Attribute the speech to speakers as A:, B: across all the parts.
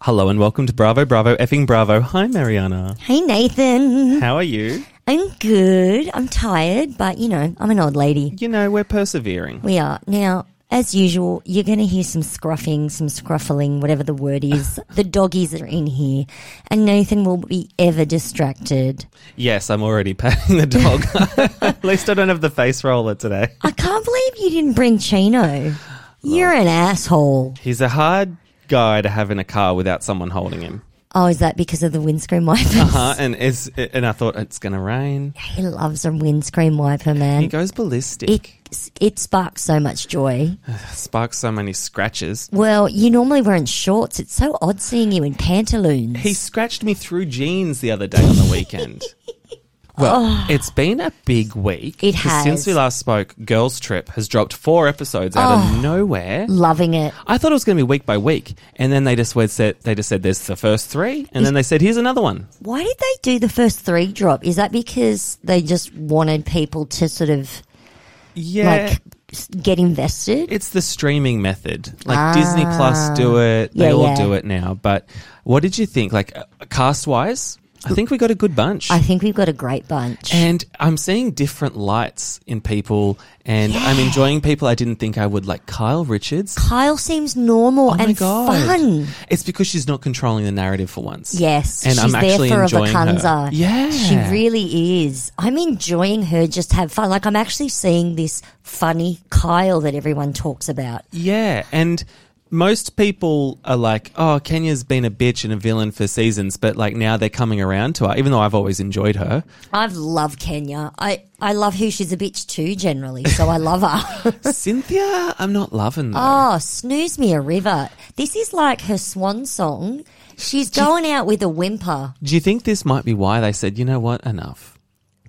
A: Hello and welcome to Bravo, Bravo, effing Bravo. Hi, Mariana.
B: Hey Nathan.
A: How are you?
B: I'm good. I'm tired, but you know, I'm an old lady.
A: You know, we're persevering.
B: We are. Now, as usual, you're going to hear some scruffing, some scruffling, whatever the word is. the doggies are in here, and Nathan will be ever distracted.
A: Yes, I'm already patting the dog. At least I don't have the face roller today.
B: I can't believe you didn't bring Chino. You're an asshole.
A: He's a hard guy to have in a car without someone holding him.
B: Oh, is that because of the windscreen wipers?
A: Uh-huh, and it's, and I thought it's going to rain.
B: He loves a windscreen wiper,
A: He
B: man.
A: goes ballistic.
B: It, it sparks so much joy.
A: Sparks so many scratches.
B: Well, you normally wear in shorts. It's so odd seeing you in pantaloons.
A: He scratched me through jeans the other day on the weekend. Well, it's been a big week.
B: Oh. It
A: 'cause Since
B: has.
A: we last spoke, Girls Trip has dropped four episodes out
B: Oh.
A: of nowhere.
B: Loving it.
A: I thought it was going to be week by week, and then they just went- said they just said there's the first three, and then they said here's another one.
B: Why did they do the first three drop? Is that because they just wanted people to sort of
A: Yeah,
B: like s- get invested?
A: it's the streaming method. Like Disney Plus do it, they
B: Ah. Yeah,
A: all
B: yeah.
A: do it now. But what did you think? Like uh, cast wise, I think we got a good bunch.
B: I think we've got a great bunch.
A: and I'm seeing different lights in people, and I'm enjoying people I didn't think I would, like Kyle Richards.
B: Kyle seems normal
A: Oh my
B: and
A: god!
B: fun.
A: It's because she's not controlling the narrative for once.
B: Yes,
A: and
B: she's
A: I'm actually
B: there for
A: enjoying
B: a vacanza.
A: her. Yeah,
B: she really is. I'm enjoying her just have fun. Like I'm actually seeing this funny Kyle that everyone talks about.
A: Yeah, and most people are like, "Oh, Kenya's been a bitch and a villain for seasons," but like now they're coming around to her. Even though I've always enjoyed her,
B: I've loved Kenya. I I love who she's a bitch too generally, so I love her.
A: Cynthia, I'm not loving though.
B: Oh, snooze me a river. This is like her swan song. She's going out with a whimper
A: Do you think this might be why they said, "You know what? Enough."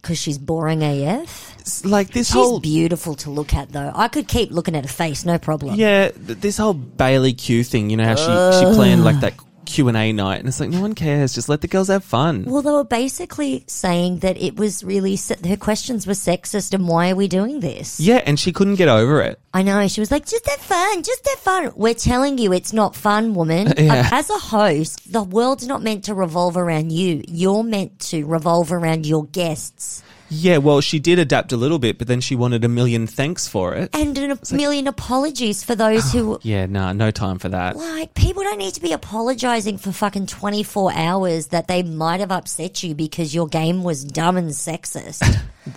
B: because she's boring AF.
A: It's like this
B: She's
A: whole
B: beautiful to look at, though. I could keep looking at her face, no problem.
A: yeah, th- this whole Bailey Q thing. You know how she she planned like that Q and A night, and it's like no one cares. Just let the girls have fun.
B: Well, they were basically saying that it was really se- her questions were sexist, and why are we doing this?
A: Yeah, and she couldn't get over it.
B: I know. She was like, just have fun, just have fun. We're telling you it's not fun, woman.
A: Yeah.
B: Uh, As a host, the world's not meant to revolve around you. You're meant to revolve around your guests.
A: Yeah, well, she did adapt a little bit, but then she wanted a million thanks for it.
B: And a million apologies for those who.
A: Yeah, nah, no time for that.
B: Like, people don't need to be apologizing for fucking 24 hours that they might have upset you because your game was dumb and sexist.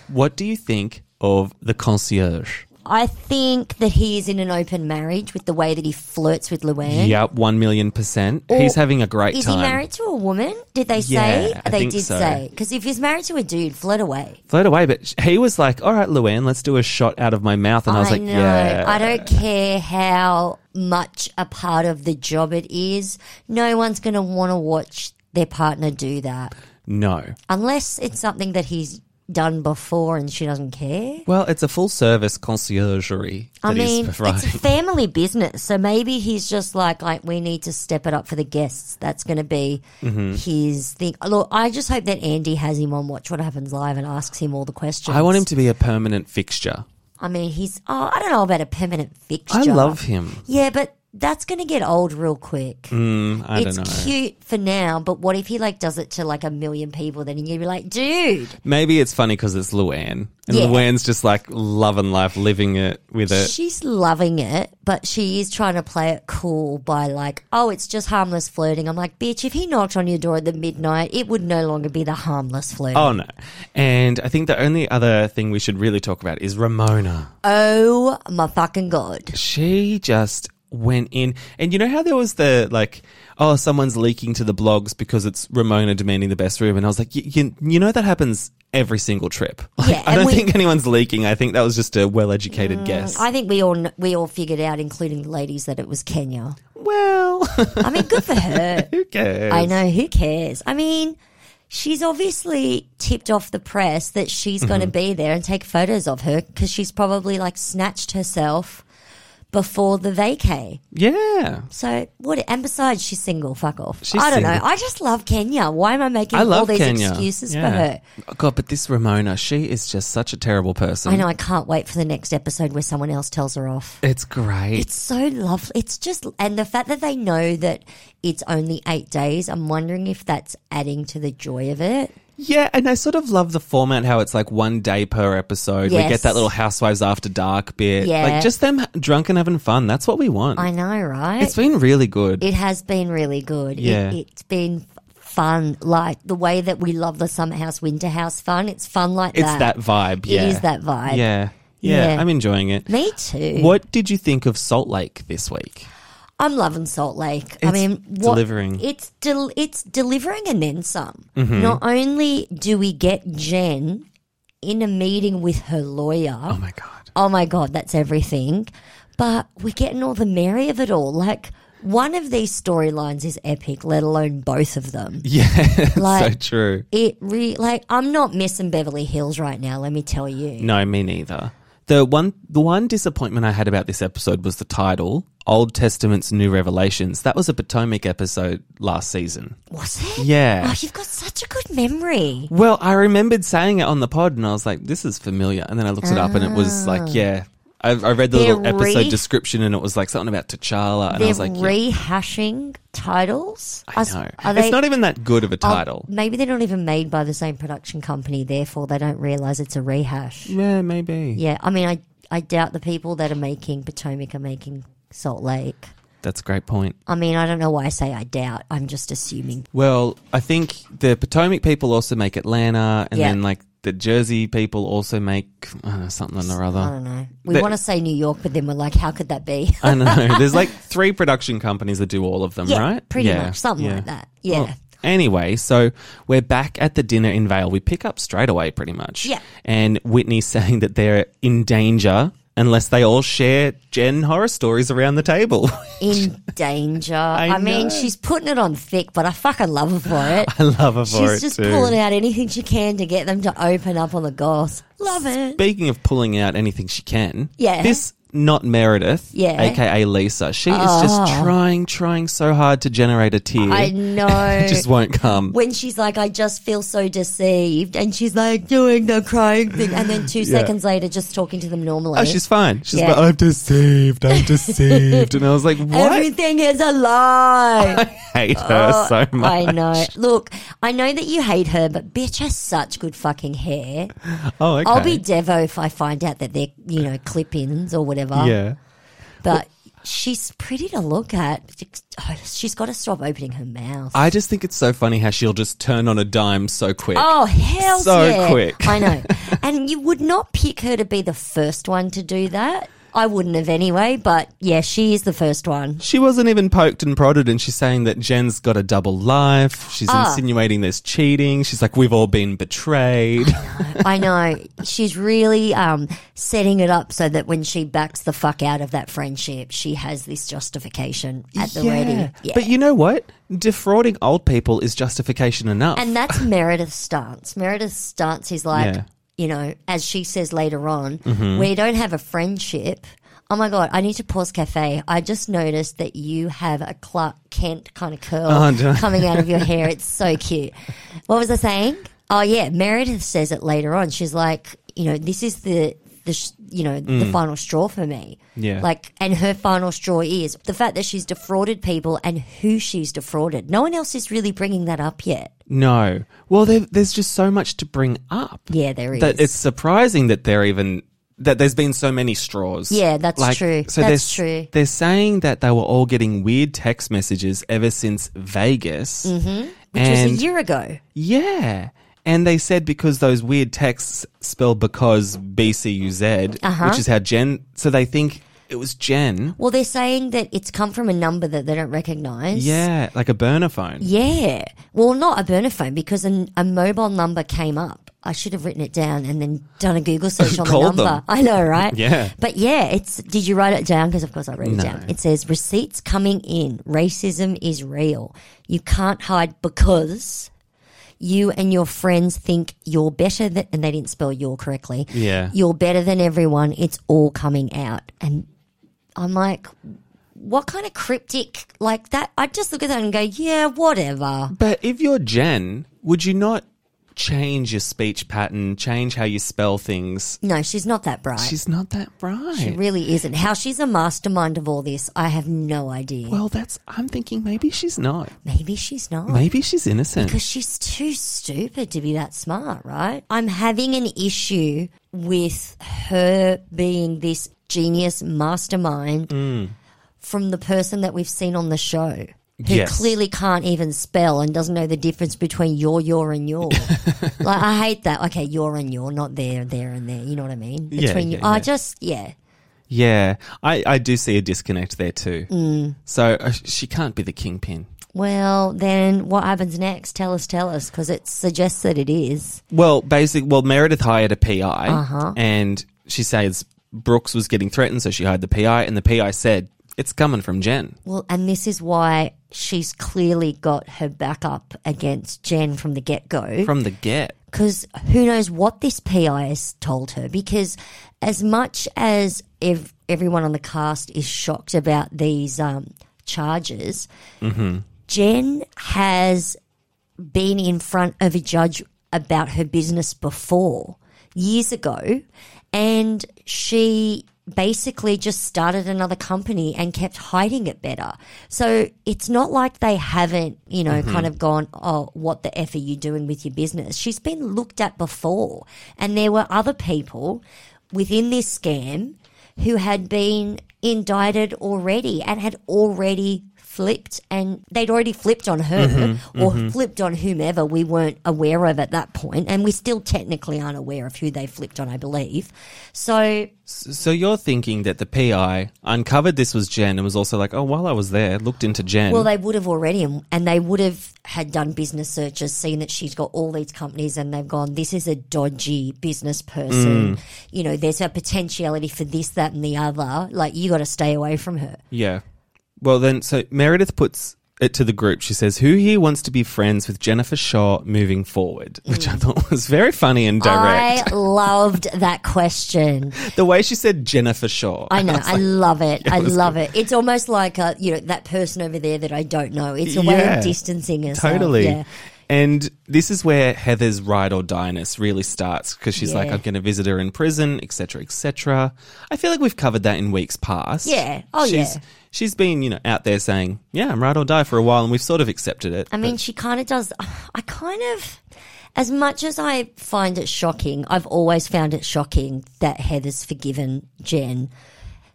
A: What do you think of the concierge?
B: I think that he is in an open marriage with the way that he flirts with Luann.
A: Yep, one million percent. he's having a great
B: Oh, Is
A: time.
B: he married to a woman? Did they say?
A: Yeah, I
B: they
A: think
B: did
A: so.
B: say. Because if he's married to a dude, flirt away.
A: Float away, but sh- he was like, "All right, Luann, let's do a shot out of my mouth," and I, was like,
B: know.
A: "Yeah."
B: I don't care how much a part of the job it is. No one's going to want to watch their partner do that.
A: no.
B: Unless it's something that he's done before and she doesn't care.
A: Well, it's a full service conciergerie that
B: I mean,
A: he's
B: it's
A: providing.
B: a family business, so maybe he's just like, like we need to step it up for the guests. That's going to be
A: Mm-hmm.
B: his thing. Look, I just hope that Andy has him on Watch What Happens Live and asks him all the questions.
A: I want him to be a permanent fixture.
B: I mean, he's. Oh, I don't know about a permanent fixture.
A: I love him.
B: Yeah, but that's going to get old real quick.
A: Mm, I
B: it's
A: don't know.
B: cute for now, but what if he like does it to like a million people? Then you'd be like, dude,
A: Maybe it's funny because it's Luann, and
B: Yeah.
A: Luann's just like loving life, living it with it.
B: She's loving it, but she is trying to play it cool by like, oh, it's just harmless flirting. I'm like, bitch, if he knocked on your door at the midnight, it would no longer be the harmless flirting.
A: Oh no! And I think the only other thing we should really talk about is Ramona.
B: Oh my fucking god.
A: she just went in and you know how there was the like oh someone's leaking to the blogs because it's ramona demanding the best room and i was like y- you, you know that happens every single trip Like,
B: Yeah,
A: i
B: and
A: don't
B: we- Mm,
A: think anyone's leaking i think that was just a well-educated guess
B: I think we all kn- we all figured out, including the ladies, that it was Kenya.
A: well
B: I mean, good for her.
A: who cares
B: I know who cares. I mean, she's obviously tipped off the press that
A: Mm-hmm.
B: she's going to be there and take photos of her because she's probably like snatched herself before the vacay.
A: Yeah.
B: So what? And besides, she's single. Fuck off.
A: She's
B: I don't know.
A: single.
B: I just love Kenya. Why am I making
A: I love
B: all these
A: Kenya.
B: excuses
A: Yeah.
B: for her?
A: Oh, God, but this Ramona, she is just such a terrible person.
B: I know. I can't wait for the next episode where someone else tells her off.
A: It's great.
B: It's so lovely. It's just, and the fact that they know that it's only eight days, I'm wondering if that's adding to the joy of it.
A: yeah, and I sort of love the format how it's like one day per episode. We
B: Yes.
A: get that little Housewives After Dark bit.
B: Yeah.
A: Like just them drunk and having fun. That's what we want.
B: I know, right?
A: it's been really good.
B: It has been really good.
A: Yeah.
B: It, it's been f- fun, like the way that we love the summer house, winter house fun. It's fun like
A: it's
B: that.
A: that vibe.
B: It
A: Yeah.
B: is that vibe.
A: Yeah. Yeah.
B: Yeah.
A: I'm enjoying it.
B: Me too.
A: What did you think of Salt Lake this week?
B: I'm loving Salt Lake. I
A: It's
B: mean, what,
A: delivering. Mm-hmm.
B: It's del- it's delivering and then some. Not only do we get Jen in a meeting with her lawyer.
A: Oh my God.
B: oh my god, that's everything. But we're getting all the merry of it all. Like one of these storylines is epic, let alone both of them.
A: Yeah. it's so
B: Like-
A: true.
B: It re like I'm not missing Beverly Hills right now. Let me tell you.
A: No, me neither. The one the one disappointment I had about this episode was the title, Old Testament's New Revelations. That was a Potomac episode last season.
B: Was it?
A: Yeah.
B: Oh, you've got such a good memory.
A: Well, I remembered saying it on the pod and I was like, this is familiar. And then I looked it up and it was like, yeah. I, I read the
B: Ah. They're
A: little episode
B: re-
A: description and it was like something about T'Challa. And I
B: They're
A: was like, yeah,
B: rehashing titles.
A: I
B: Us-
A: know.
B: Are
A: it's
B: they,
A: not even that good of a
B: are-
A: title.
B: maybe they're not even made by the same production company. Therefore, they don't realize it's a rehash.
A: yeah, maybe.
B: Yeah, I mean, I I doubt the people that are making Potomac are making Salt Lake.
A: That's a great point.
B: I mean, I don't know why I say I doubt. I'm just assuming.
A: Well, I think the Potomac people also make Atlanta, and
B: Yeah.
A: then like the Jersey people also make I don't know, something or
B: I
A: other.
B: don't know. We
A: That-
B: want to say New York, but then we're like, how could that be?
A: I don't know. There's like three production companies that do all of them,
B: yeah,
A: right?
B: pretty
A: Yeah,
B: much something
A: yeah.
B: like that. Yeah.
A: Well, anyway, so we're back at the dinner in Vale. We pick up straight away, pretty much.
B: Yeah.
A: And Whitney's saying that they're in danger unless they all share Jen horror stories around the table.
B: In danger. I,
A: know.
B: mean, she's putting it on thick, but I fucking love her for it.
A: I love her for it
B: she's just
A: too.
B: pulling out anything she can to get them to open up on the goss. Love it.
A: Speaking of pulling out anything she can,
B: Yeah.
A: this not Meredith,
B: Yeah. Ah.
A: aka Lisa, she is just trying, trying so hard to generate a tear.
B: I know.
A: it just won't come.
B: when she's like, I just feel so deceived, and she's like doing the crying thing, and then two seconds later, just talking to them normally.
A: Oh, she's fine. She's
B: Yeah.
A: like, I'm deceived. I'm deceived. And I was like, what?
B: Everything is a lie. Oh,
A: I hate her so much.
B: I know. Look, I know that you hate her, but bitch has such good fucking hair.
A: Oh, okay.
B: I'll be Devo if I find out that they're, you know, clip ins or whatever.
A: yeah.
B: But she's pretty to look at. Oh, She's got to stop opening her mouth.
A: I just think it's so funny how she'll just turn on a dime so quick.
B: Oh hell
A: So
B: yeah.
A: quick.
B: I know. and you would not pick her to be the first one to do that. I wouldn't have anyway, but yeah, she is the first one.
A: She wasn't even poked and prodded, and she's saying that Jen's got a double life. She's
B: Ah.
A: insinuating there's cheating. She's like, we've all been betrayed.
B: I know. She's really um, setting it up so that when she backs the fuck out of that friendship, she has this justification at the ready. Yeah.
A: But you know what? Defrauding old people is justification enough.
B: and that's Meredith's stance. Meredith's stance is like,
A: Yeah. Mm-hmm.
B: you know, as she says later on, we don't have a friendship. Oh my God, I need to pause cafe. I just noticed that you have a Clark Kent kind of curl
A: Oh, do I?
B: coming out of your hair. It's so cute. What was I saying? Oh, yeah. Meredith says it later on. She's like, you know, this is the. The sh- you know the final straw for me,
A: Mm. Yeah.
B: Like, and her final straw is the fact that she's defrauded people and who she's defrauded. No one else is really bringing that up yet.
A: no. Well, there, there's just so much to bring up
B: Yeah, there is.
A: that it's surprising that they're even. That there's been so many straws.
B: Yeah, that's true.
A: So
B: That's
A: they're,
B: true.
A: They're saying that they were all getting weird text messages ever since Vegas. Mm-hmm.
B: which was a year ago.
A: Yeah. And they said because those weird texts spell because B C U Z,
B: Uh-huh.
A: which is how Jen. So they think it was Jen.
B: Well, they're saying that it's come from a number that they don't recognize.
A: Yeah, like a burner phone.
B: Yeah. Well, not a burner phone because an, a mobile number came up. I should have written it down and then done a Google search on the
A: Called
B: number.
A: them.
B: I know, right?
A: Yeah.
B: But yeah, it's. Did you write it down? Because of course I wrote it down. It says receipts coming in. Racism is real. You can't hide because. You and your friends think you're better than, and they didn't spell your correctly.
A: Yeah.
B: You're better than everyone. It's all coming out. And I'm like, what kind of cryptic like that? I just look at that and go, yeah, whatever.
A: But if you're Jen, would you not change your speech pattern, change how you spell things?
B: No, she's not that bright.
A: She's not that bright.
B: she really isn't. How she's a mastermind of all this, I have no idea.
A: well, that's. I'm thinking maybe she's not.
B: Maybe she's not.
A: Maybe she's innocent.
B: Because she's too stupid to be that smart, right? I'm having an issue with her being this genius mastermind
A: Mm.
B: from the person that we've seen on the show. Who
A: Yes.
B: clearly can't even spell and doesn't know the difference between your, your, and your. like, I hate that. Okay, your and your, not there, there, and there. You know what I mean?
A: Yeah,
B: Between
A: yeah,
B: you. I
A: yeah.
B: just, yeah.
A: Yeah, I, I do see a disconnect there too. So uh, she can't be the kingpin.
B: Well, then what happens next? Tell us, tell us, because it suggests that it is.
A: Well, basically, well, Meredith hired a PI, and she says Brooks was getting threatened, so she hired the PI, and the PI said it's coming from Jen.
B: Well, and this is why she's clearly got her back up against Jen from the get go.
A: from the get.
B: Because who knows what this PI has told her? Because as much as ev- everyone on the cast is shocked about these um, charges, Jen has been in front of a judge about her business before years ago, and she basically just started another company and kept hiding it better. So it's not like they haven't, you know, kind of gone, oh, what the F are you doing with your business? She's been looked at before, and there were other people within this scam who had been indicted already and had already flipped and they'd already flipped on her or flipped on whomever we weren't aware of at that point and we still technically aren't aware of who they flipped on i believe so
A: So you're thinking that the PI uncovered this was Jen and was also like, oh, while I was there, looked into Jen.
B: well they would have already and, and they would have had done business searches seen that she's got all these companies and they've gone this is a dodgy business person you know there's a potentiality for this that and the other like you got to stay away from her
A: yeah. Well, then, so Meredith puts it to the group. She says, who here wants to be friends with Jennifer Shaw moving forward? Which
B: Mm.
A: I thought was very funny and direct.
B: I loved that question.
A: the way she said Jennifer Shaw.
B: I know. I love it. I
A: was
B: love it. It's almost like a, you know that person over there that I don't know. It's a way
A: Yeah.
B: of distancing herself.
A: Totally.
B: Yeah.
A: And this is where Heather's ride or dieness really starts because she's like,
B: Yeah.
A: I'm going to visit her in prison, etc., etc. I feel like we've covered that in weeks past.
B: Yeah. Oh,
A: she's,
B: yeah.
A: She's been, you know, out there saying, "Yeah, I'm ride or die" for a while, and we've sort of accepted it.
B: I mean, she kind of does. I kind of, as much as I find it shocking, I've always found it shocking that Heather's forgiven Jen.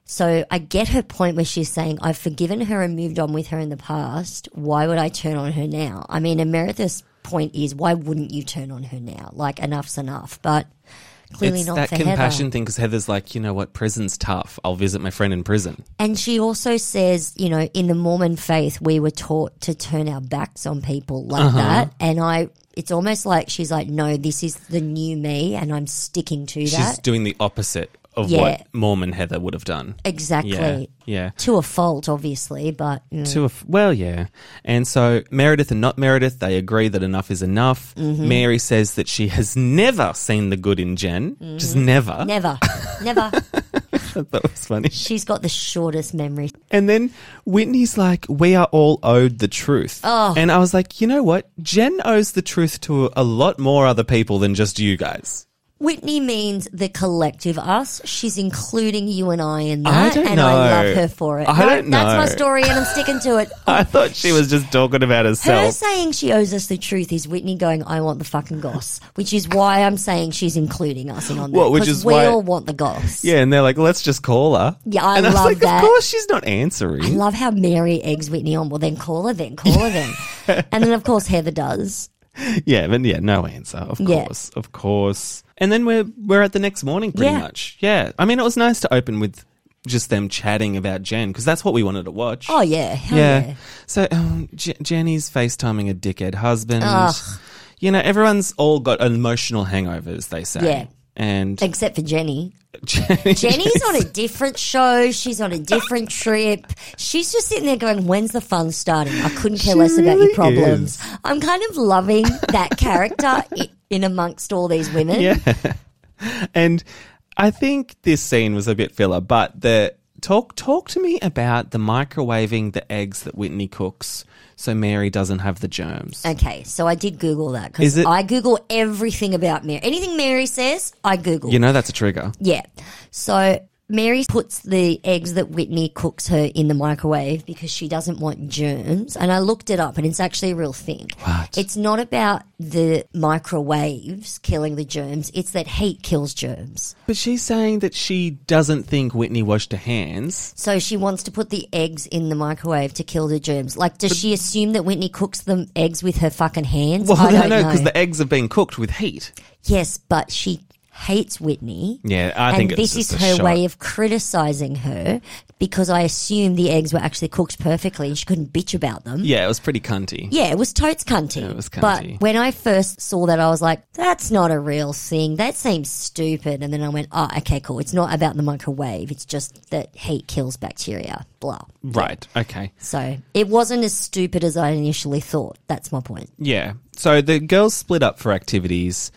B: So I get her point where she's saying, I've forgiven her and moved on with her in the past. Why would I turn on her now? I mean, and Meredith's point is, why wouldn't you turn on her now? Like, enough's enough. But clearly
A: it's
B: not
A: that
B: for
A: compassion
B: Heather.
A: thing because Heather's like, you know what, prison's tough. I'll visit my friend in prison.
B: And she also says, you know, in the Mormon faith, we were taught to turn our backs on people like
A: Uh-huh.
B: that. And I, it's almost like she's like, no, this is the new me and I'm sticking to
A: She's
B: that.
A: doing the opposite of
B: Yeah.
A: what Mormon Heather would have done. Yeah,
B: Exactly.
A: yeah.
B: To a fault, obviously, but mm,
A: To a f- well, yeah. And so Meredith and not Meredith, they agree that enough is enough.
B: Mm-hmm.
A: Mary says that she has never seen the good in Jen, just never.
B: never, Mm-hmm. never.
A: that was funny.
B: She's got the shortest memory.
A: And then Whitney's like, "We are all owed the truth." Oh. And I was like, you know what? Jen owes the truth to a lot more other people than just you guys.
B: Whitney means the collective us. She's including you and I in
A: I
B: that.
A: don't
B: and
A: know.
B: I love her for it.
A: I
B: No,
A: don't
B: That's my
A: know.
B: story and I'm sticking to it.
A: I thought she was just talking about
B: Her
A: herself.
B: saying she owes us the truth is Whitney going, I want the fucking goss, which is why I'm saying she's including us in on that.
A: Well, which
B: 'cause
A: is
B: we
A: why-
B: all want the goss.
A: Yeah, and they're like, "Let's just call her."
B: Yeah, I
A: and
B: love
A: was like,
B: that.
A: Of course, she's not
B: I
A: answering.
B: love how Mary eggs Whitney on. Well, then call her then, call her then. And then, of course, Heather does.
A: yeah, but yeah, no answer. Of
B: Yeah.
A: course, of course. And then we're we're at the next morning, pretty
B: Yeah.
A: much. Yeah, I mean, it was nice to open with just them chatting about Jen because that's what we wanted to watch.
B: Oh, yeah. Hell yeah.
A: Yeah. So um, J- Jenny's FaceTiming a dickhead husband. You know, everyone's all got emotional hangovers, they say.
B: Yeah.
A: And
B: Except for Jenny.
A: Jenny,
B: Jenny's on a different show. She's on a different trip. She's just sitting there going, When's the fun starting? I couldn't care
A: She
B: less about
A: really
B: your problems. I'm kind of loving that character i- in amongst all these women.
A: and I think this scene was a bit filler, but the Talk talk to me about the microwaving the eggs that Whitney cooks so Mary doesn't have the germs.
B: Okay, so I did Google that
A: Is
B: because
A: it-
B: I Google everything about Mary. Anything Mary says, I Google.
A: You know that's a trigger.
B: Yeah. So Mary puts the eggs that Whitney cooks her in the microwave because she doesn't want germs. And I looked it up and it's actually a real thing.
A: What?
B: It's not about the microwaves killing the germs, it's that heat kills germs.
A: But she's saying that she doesn't think Whitney washed her hands.
B: So she wants to put the eggs in the microwave to kill the germs. Like, does she assume that Whitney cooks the eggs with her fucking hands?
A: Well,
B: I
A: no,
B: don't
A: no,
B: know.
A: because the eggs have been cooked with heat.
B: yes, but she hates Whitney.
A: Yeah, I think
B: and
A: it's
B: this
A: just
B: is
A: a
B: her
A: shot.
B: way of criticizing her because I assume the eggs were actually cooked perfectly and she couldn't bitch about them.
A: Yeah, it was pretty cunty.
B: Yeah, it was totes cunty.
A: it was cunty.
B: But when I first saw that, I was like, that's not a real thing. That seems stupid. And then I went, oh, okay, cool. It's not about the microwave. It's just that heat kills bacteria, blah.
A: Right. Okay.
B: So it wasn't as stupid as I initially thought. That's my point.
A: Yeah. So the girls split up for activities.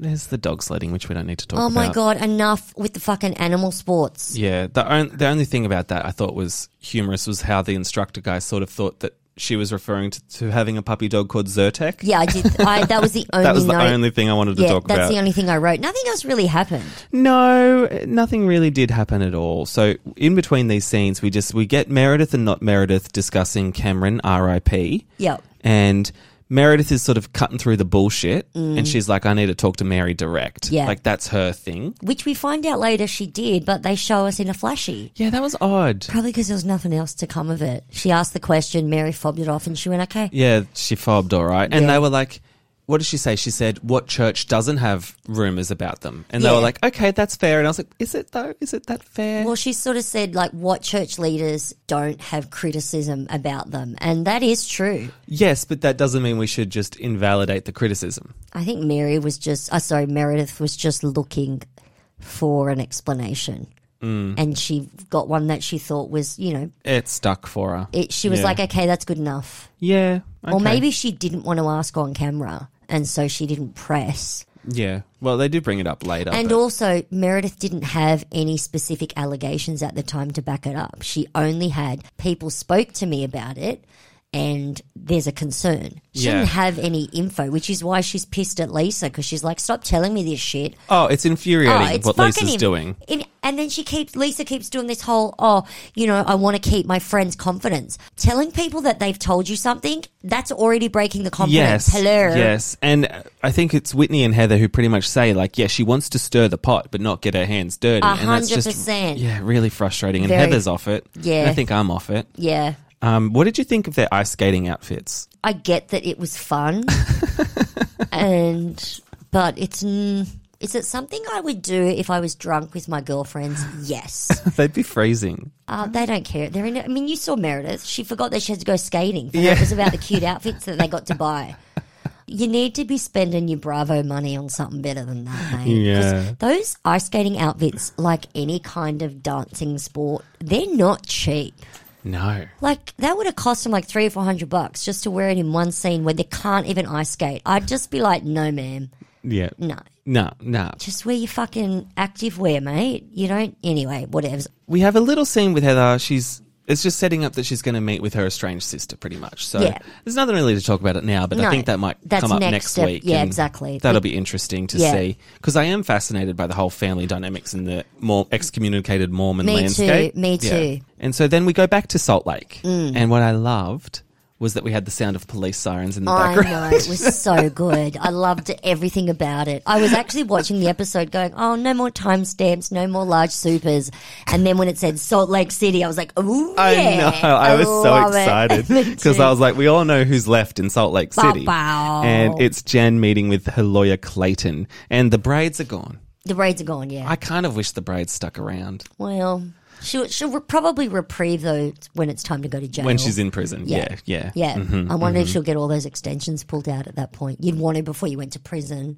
A: There's the dog sledding, which we don't need to talk
B: Oh
A: about.
B: my God, enough with the fucking animal sports.
A: Yeah, the on, the only thing about that I thought was humorous was how the instructor guy sort of thought that she was referring to, to having a puppy dog called Zyrtec.
B: Yeah, I did. I, that was the only
A: that was the
B: note-
A: only thing I wanted to
B: Yeah,
A: talk
B: that's
A: about.
B: the only thing I wrote. Nothing else really happened.
A: no, nothing really did happen at all. So in between these scenes, we just we get Meredith and not Meredith discussing Cameron, R.I.P.
B: Yep.
A: and Meredith is sort of cutting through the bullshit, and she's like, "I need to talk to Mary direct."
B: Mm. Yeah.
A: like that's her thing.
B: Which we find out later she did, but they show us in a flashy.
A: Yeah, that was odd.
B: Probably because there was nothing else to come of it. She asked the question, Mary fobbed it off, and she went, okay.
A: Yeah, she fobbed, all right. And
B: Yeah.
A: they were like, what did she say? She said, what church doesn't have rumors about them? And they
B: Yeah.
A: were like, okay, that's fair. And I was like, is it though? Is it that fair?
B: Well, she sort of said, like, what church leaders don't have criticism about them. And that is true.
A: yes, but that doesn't mean we should just invalidate the criticism.
B: I think Mary was just, uh, sorry, Meredith was just looking for an explanation. Mm. And she got one that she thought was, you know,
A: It stuck for her.
B: it, she was
A: Yeah.
B: like, okay, that's good enough.
A: yeah.
B: Or
A: okay.
B: maybe she didn't want to ask on camera. And so she didn't press.
A: Yeah. Well, they do bring it up later.
B: And
A: but-
B: also, Meredith didn't have any specific allegations at the time to back it up. She only had people spoke to me about it and there's a concern. She
A: Yeah.
B: didn't have any info, which is why she's pissed at Lisa because she's like, stop telling me this shit.
A: oh, it's infuriating
B: Oh, it's
A: what
B: fucking
A: Lisa's
B: in-
A: doing.
B: in- and then she keeps, Lisa keeps doing this whole, oh, you know, I want to keep my friend's confidence. Telling people that they've told you something, that's already breaking the
A: Yes.
B: confidence. Hello.
A: Yes. And uh, I think it's Whitney and Heather who pretty much say, like, yeah, she wants to stir the pot, but not get her hands dirty.
B: A
A: and that's
B: hundred
A: just,
B: percent.
A: yeah, really frustrating. And
B: Very-
A: Heather's off it.
B: Yeah.
A: And I think I'm off it.
B: Yeah.
A: Um, what did you think of their ice skating outfits?
B: I get that it was fun, and but it's mm, is it something I would do if I was drunk with my girlfriends? Yes,
A: They'd be freezing.
B: uh, they don't care. They're in. I mean, you saw Meredith. She forgot that she had to go skating. For her, It was about the cute outfits that they got to buy. You need to be spending your Bravo money on something better than that, mate. 'Cause
A: Yeah.
B: Those ice skating outfits, like any kind of dancing sport, they're not cheap.
A: No.
B: Like that would have cost him like three or four hundred bucks just to wear it in one scene where they can't even ice skate. I'd just be like, no, ma'am,
A: Yeah.
B: no.
A: No, no.
B: Just wear your fucking active wear, mate. You don't. Anyway, whatever.
A: We have a little scene with Heather. She's it's just setting up that she's going to meet with her estranged sister, pretty much. So
B: Yeah.
A: there's nothing really to talk about it now, but I
B: No,
A: think that might
B: that's
A: come up
B: next
A: next
B: step.
A: week.
B: Yeah,
A: and
B: exactly.
A: That'll be interesting to see.
B: Yeah.
A: 'Cause see because I am fascinated by the whole family dynamics in the more excommunicated Mormon
B: Me too,
A: landscape.
B: me
A: Yeah.
B: too. Mm.
A: And so then we go back to Salt Lake, and what I loved was that we had the sound of police sirens in the
B: I
A: background.
B: know it was so good. I loved everything about it. I was actually watching the episode, going, "Oh, no more timestamps, no more large supers." And then when it said Salt Lake City, I was like, "Ooh, yeah!"
A: I know. I was so
B: love it."
A: excited
B: Me
A: because
B: too.
A: I was like, we all know who's left in Salt Lake City,
B: Bow-bow.
A: and it's Jan meeting with her lawyer Clayton, and the braids are gone.
B: the braids are gone. Yeah,
A: I kind of wish the braids stuck around
B: Well, she'll, she'll re- probably reprieve those when it's time to go to jail.
A: when she's in prison. Yeah, yeah,
B: Oh.
A: Mm.
B: Yeah.
A: Mm-hmm.
B: I wonder if she'll get all those extensions pulled out at that point. You'd want it before you went to prison.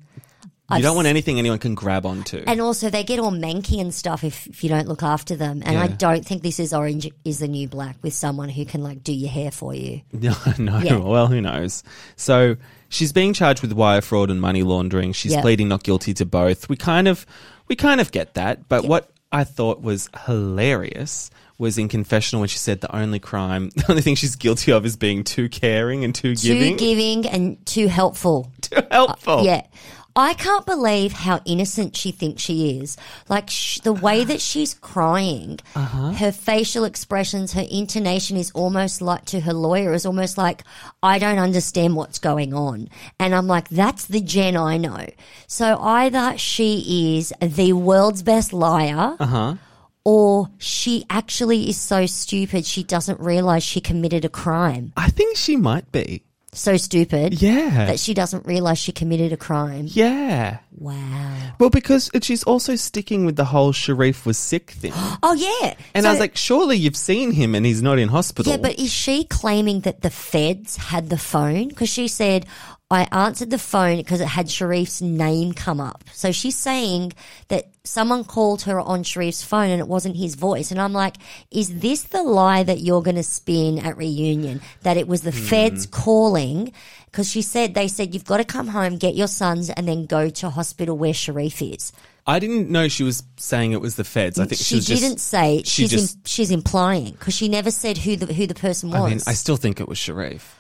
A: You don't want anything anyone can grab onto.
B: And also, they get all manky and stuff if, if you don't look after them. And I
A: Yeah.
B: don't think this is Orange is the New Black with someone who can, like, do your hair for you.
A: No, no.
B: Yeah.
A: Well, who knows? So she's being charged with wire fraud and money laundering. She's
B: Yep.
A: pleading not guilty to both. We kind of, we kind of get that. But
B: Yep.
A: what I thought was hilarious was in confessional when she said the only crime, the only thing she's guilty of is being too caring and too,
B: Too
A: giving,
B: giving and too helpful.
A: too helpful.
B: Yeah. I can't believe how innocent she thinks she is. Like sh- the way that she's crying, her facial expressions, her intonation is almost like to her lawyer is almost like, I don't understand what's going on. And I'm like, that's the Jen I know. So either she is the world's best liar or she actually is so stupid she doesn't realize she committed a crime.
A: I think she might be.
B: So stupid
A: Yeah.
B: that she doesn't realize she committed a crime.
A: yeah.
B: Wow.
A: Well, because she's also sticking with the whole Sharif was sick thing.
B: Oh yeah.
A: And
B: So-
A: I was like, surely you've seen him and he's not in hospital.
B: yeah, but is she claiming that the feds had the phone? Because she said, I answered the phone because it had Sharif's name come up. So she's saying that someone called her on Sharif's phone and it wasn't his voice. And I'm like, is this the lie that you're going to spin at reunion? That it was the
A: Hmm.
B: feds calling? Because she said, they said, you've got to come home, get your sons, and then go to hospital where Sharif is.
A: I didn't know she was saying it was the feds. I think she,
B: She,
A: was just-
B: didn't say.
A: she
B: she's
A: just-
B: im- she's implying because she never said who the who the person was.
A: I mean, I still think it was Sharif.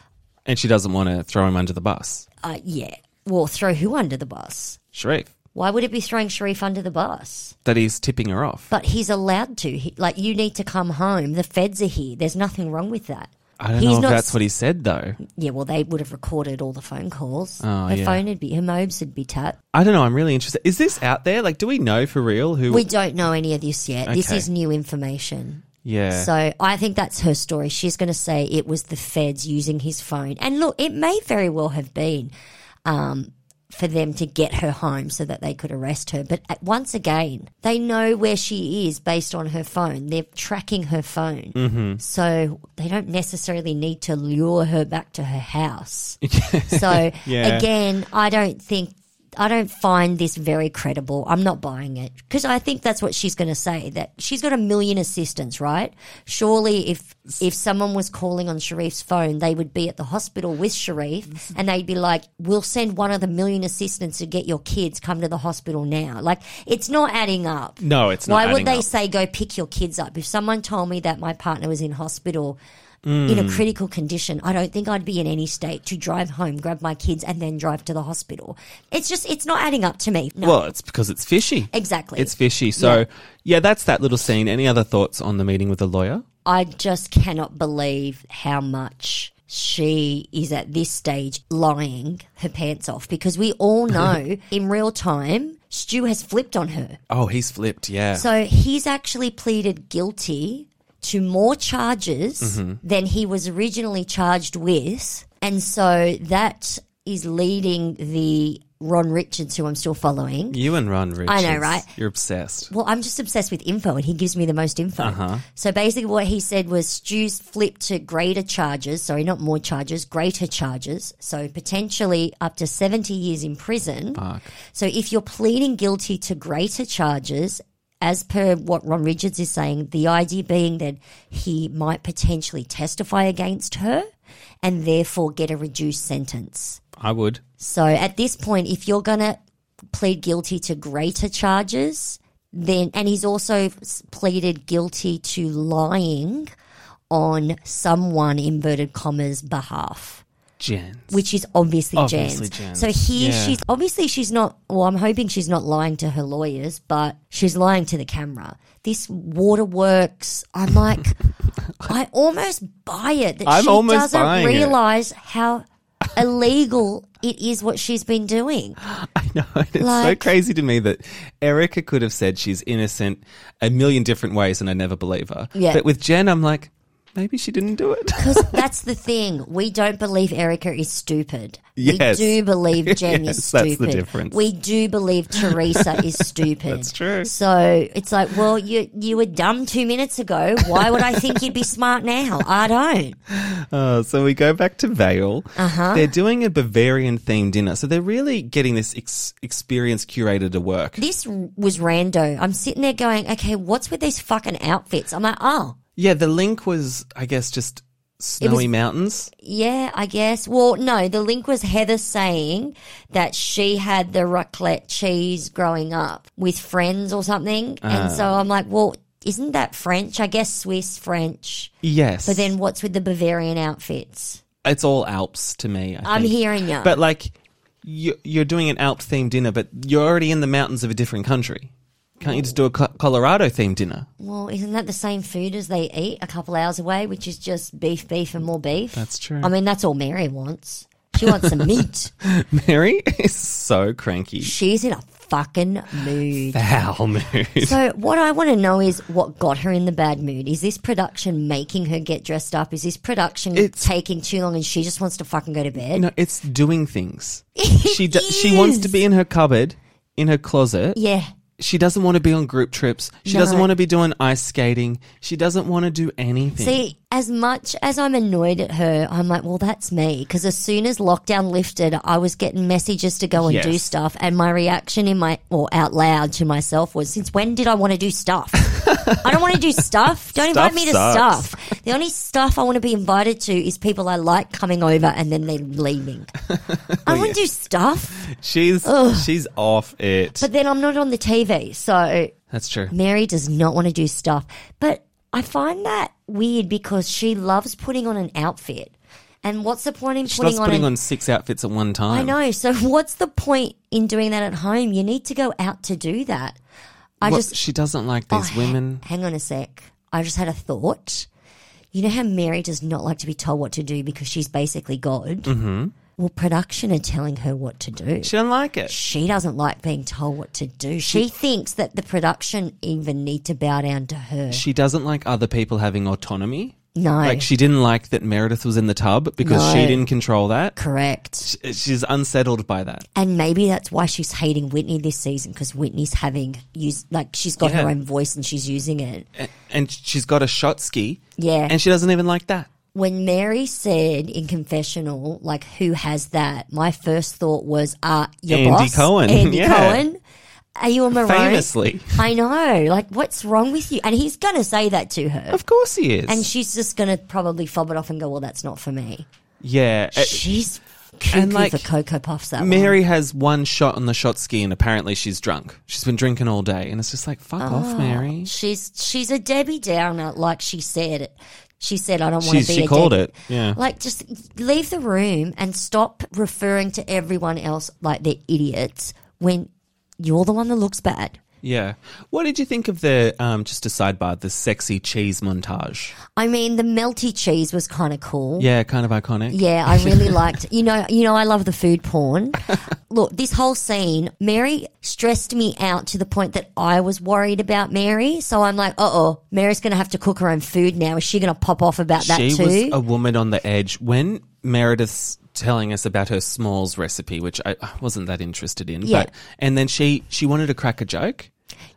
A: And she doesn't want to throw him under the bus.
B: uh, yeah. Well, throw who under the bus?
A: Sharif.
B: Why would it be throwing Sharif under the bus?
A: That he's tipping her off.
B: But he's allowed to. He, like, you need to come home. The feds are here. There's nothing wrong with that.
A: I don't
B: he's
A: know if
B: not
A: that's
B: s-
A: what he said, though.
B: Yeah, well, they would have recorded all the phone calls.
A: Oh,
B: her
A: yeah.
B: phone would be, her mobs would be tapped.
A: I don't know. I'm really interested. Is this out there? Like, do we know for real who?
B: We don't know any of this yet. This
A: Okay.
B: is new information.
A: yeah.
B: So I think that's her story. She's going to say it was the feds using his phone. And look, it may very well have been um, for them to get her home so that they could arrest her. But at- once again, they know where she is based on her phone. They're tracking her phone. So they don't necessarily need to lure her back to her house. so
A: Yeah.
B: again, I don't think. I don't find this very credible. I'm not buying it because I think that's what she's going to say. That she's got a million assistants, right? Surely, if if someone was calling on Sharif's phone, they would be at the hospital with Sharif, and they'd be like, "We'll send one of the million assistants to get your kids. Come to the hospital now." Like, it's not adding up.
A: no, it's not.
B: Why would
A: adding
B: they
A: up.
B: say go pick your kids up? If someone told me that my partner was in hospital
A: Hmm.
B: in a critical condition, I don't think I'd be in any state to drive home, grab my kids, and then drive to the hospital. It's just it's not adding up to me. No.
A: Well, it's because it's fishy.
B: exactly.
A: It's fishy. So, yeah. that's that little scene. Any other thoughts on the meeting with the lawyer?
B: I just cannot believe how much she is at this stage lying her pants off because we all know in real time Stu has flipped on her.
A: Oh, he's flipped. Yeah.
B: So he's actually pleaded guilty to more charges than he was originally charged with. And so that is leading the Ron Richards, who I'm still following.
A: you and Ron Richards.
B: right?
A: You're obsessed.
B: Well, I'm just obsessed with info, and he gives me the most info. So basically, what he said was Stu's flipped to greater charges. Sorry, not more charges, greater charges. So potentially up to 70 years in prison. So if you're pleading guilty to greater charges, as per what Ron Richards is saying, the idea being that he might potentially testify against her and therefore get a reduced sentence.
A: I would.
B: So at this point, if you're going to plead guilty to greater charges, then, and he's also s- pleaded guilty to lying on someone, inverted commas, behalf.
A: Jen.
B: Which is obviously,
A: Obviously Jan's,
B: Jan's. So here
A: yeah.
B: she's obviously she's not. Well, I'm hoping she's not lying to her lawyers, but she's lying to the camera. This waterworks. I'm like, I almost buy it that
A: I'm
B: she
A: almost
B: doesn't
A: buying it.
B: realize how illegal it is what she's been doing.
A: No, it's so
B: Like-
A: crazy to me that Erica could have said she's innocent a million different ways and I never believe her.
B: Yeah.
A: But with Jen, I'm like, maybe she didn't do it.
B: Because that's the thing. We don't believe Erica is stupid.
A: Yes.
B: We do believe Jen is
A: Yes, that's
B: stupid.
A: the difference.
B: We do believe Teresa is stupid.
A: That's true.
B: So it's like, well, you you were dumb two minutes ago. Why would I think you'd be smart now? I don't.
A: Uh, so we go back to Vale. Uh-huh. They're doing a Bavarian themed dinner. So they're really getting this ex- experience curated to work.
B: This was rando. I'm sitting there going, okay, what's with these fucking outfits? I'm like, oh,
A: Yeah, the link was, I guess, just snowy mountains.
B: Yeah, I guess. Well, no, the link was Heather saying that she had
A: Ah.
B: the raclette cheese growing up with friends or something. And so I'm like, well, Isn't that French? I guess Swiss, French.
A: Yes.
B: But then what's with the Bavarian outfits?
A: it's all Alps to me. I
B: I'm
A: think.
B: hearing you.
A: But like, you, you're doing an Alp themed dinner, but you're already in the mountains of a different country. Can't you just do a Colorado themed dinner?
B: Well, isn't that the same food as they eat a couple hours away, which is just beef, beef, and more beef?
A: That's true.
B: I mean, that's all Mary wants. She wants some meat.
A: Mary is so cranky.
B: She's in a fucking mood.
A: Foul mood.
B: So, what I want to know is what got her in the bad mood? Is this production making her get dressed up? Is this production
A: It's-
B: taking too long and she just wants to fucking go to bed?
A: No, it's doing things. she do- she wants to
B: is.
A: be in her cupboard, in her closet.
B: Yeah.
A: She doesn't want to be on group trips. She
B: No.
A: doesn't want to be doing ice skating. She doesn't want to do anything.
B: See, as much as I'm annoyed at her, I'm like, well, that's me. Because as soon as lockdown lifted, I was getting messages to go and do
A: Yes.
B: stuff. And my reaction in my, or out loud to myself was, since when did I want to do stuff? I don't want to do stuff. Don't invite
A: Stuff
B: me to
A: sucks.
B: stuff. The only stuff I want to be invited to is people I like coming over and then they're leaving. I want to do stuff,
A: she's she's off it.
B: but then I'm not on the TV. So
A: That's true.
B: Mary does not want to do stuff. But I find that weird because she loves putting on an outfit. And what's the point in
A: She
B: putting
A: loves
B: on
A: putting um,
B: an
A: on six outfits at one time.
B: I know. So what's the point in doing that at home? You need to go out to do that. I
A: What-
B: just
A: she doesn't like
B: oh,
A: these women.
B: ha- Hang on a sec. I just had a thought. You know how Mary does not like to be told what to do because she's basically God? Mm-hmm. Well, production are telling her what to do
A: She doesn't like it.
B: she doesn't like being told what to do. She thinks that the production even need to bow down to her.
A: She doesn't like other people having autonomy.
B: No,
A: Like she didn't like that Meredith was in the tub because she
B: No.
A: didn't control that.
B: correct.
A: Sh- She's unsettled by that.
B: And maybe that's why she's hating Whitney this season because Whitney's having use like she's got
A: Yeah.
B: her own voice and she's using it.
A: A- And she's got a shot ski.
B: Yeah.
A: And she doesn't even like that.
B: when Mary said in confessional, like, who has that? My first thought was, uh, your
A: Andy
B: boss,
A: Cohen.
B: Andy
A: Yeah.
B: Cohen. Are you a maroon?
A: Famously.
B: I know. Like, what's wrong with you? And he's gonna say that to her,
A: Of course he is.
B: and she's just gonna probably fob it off and go, "Well, that's not for me."
A: yeah. Uh,
B: She's
A: and,
B: cuckoo
A: like,
B: for Cocoa Puffs. That one.
A: Mary has one shot on the shot ski and apparently she's drunk. She's been drinking all day and it's just like, fuck
B: Ah.
A: off, Mary.
B: She's she's a Debbie Downer, like she said. She said, "I don't want
A: She,
B: to be."
A: she
B: a
A: called
B: Debbie.
A: it. Yeah.
B: Like, just leave the room and stop referring to everyone else like they're idiots when you're the one that looks bad.
A: yeah. What did you think of the, um, just a sidebar, the sexy cheese montage?
B: I mean, the melty cheese was kind of cool.
A: Yeah, kind of iconic.
B: Yeah, I really liked. You know, you know, I love the food porn. Look, this whole scene, Mary stressed me out to the point that I was worried about Mary. So I'm like, uh oh, Mary's going to have to cook her own food now. Is she going to pop off about that
A: she
B: too?
A: was a woman on the edge when meredith's telling us about her smalls recipe which i I wasn't that interested in
B: Yeah.
A: but and then she she wanted to crack a joke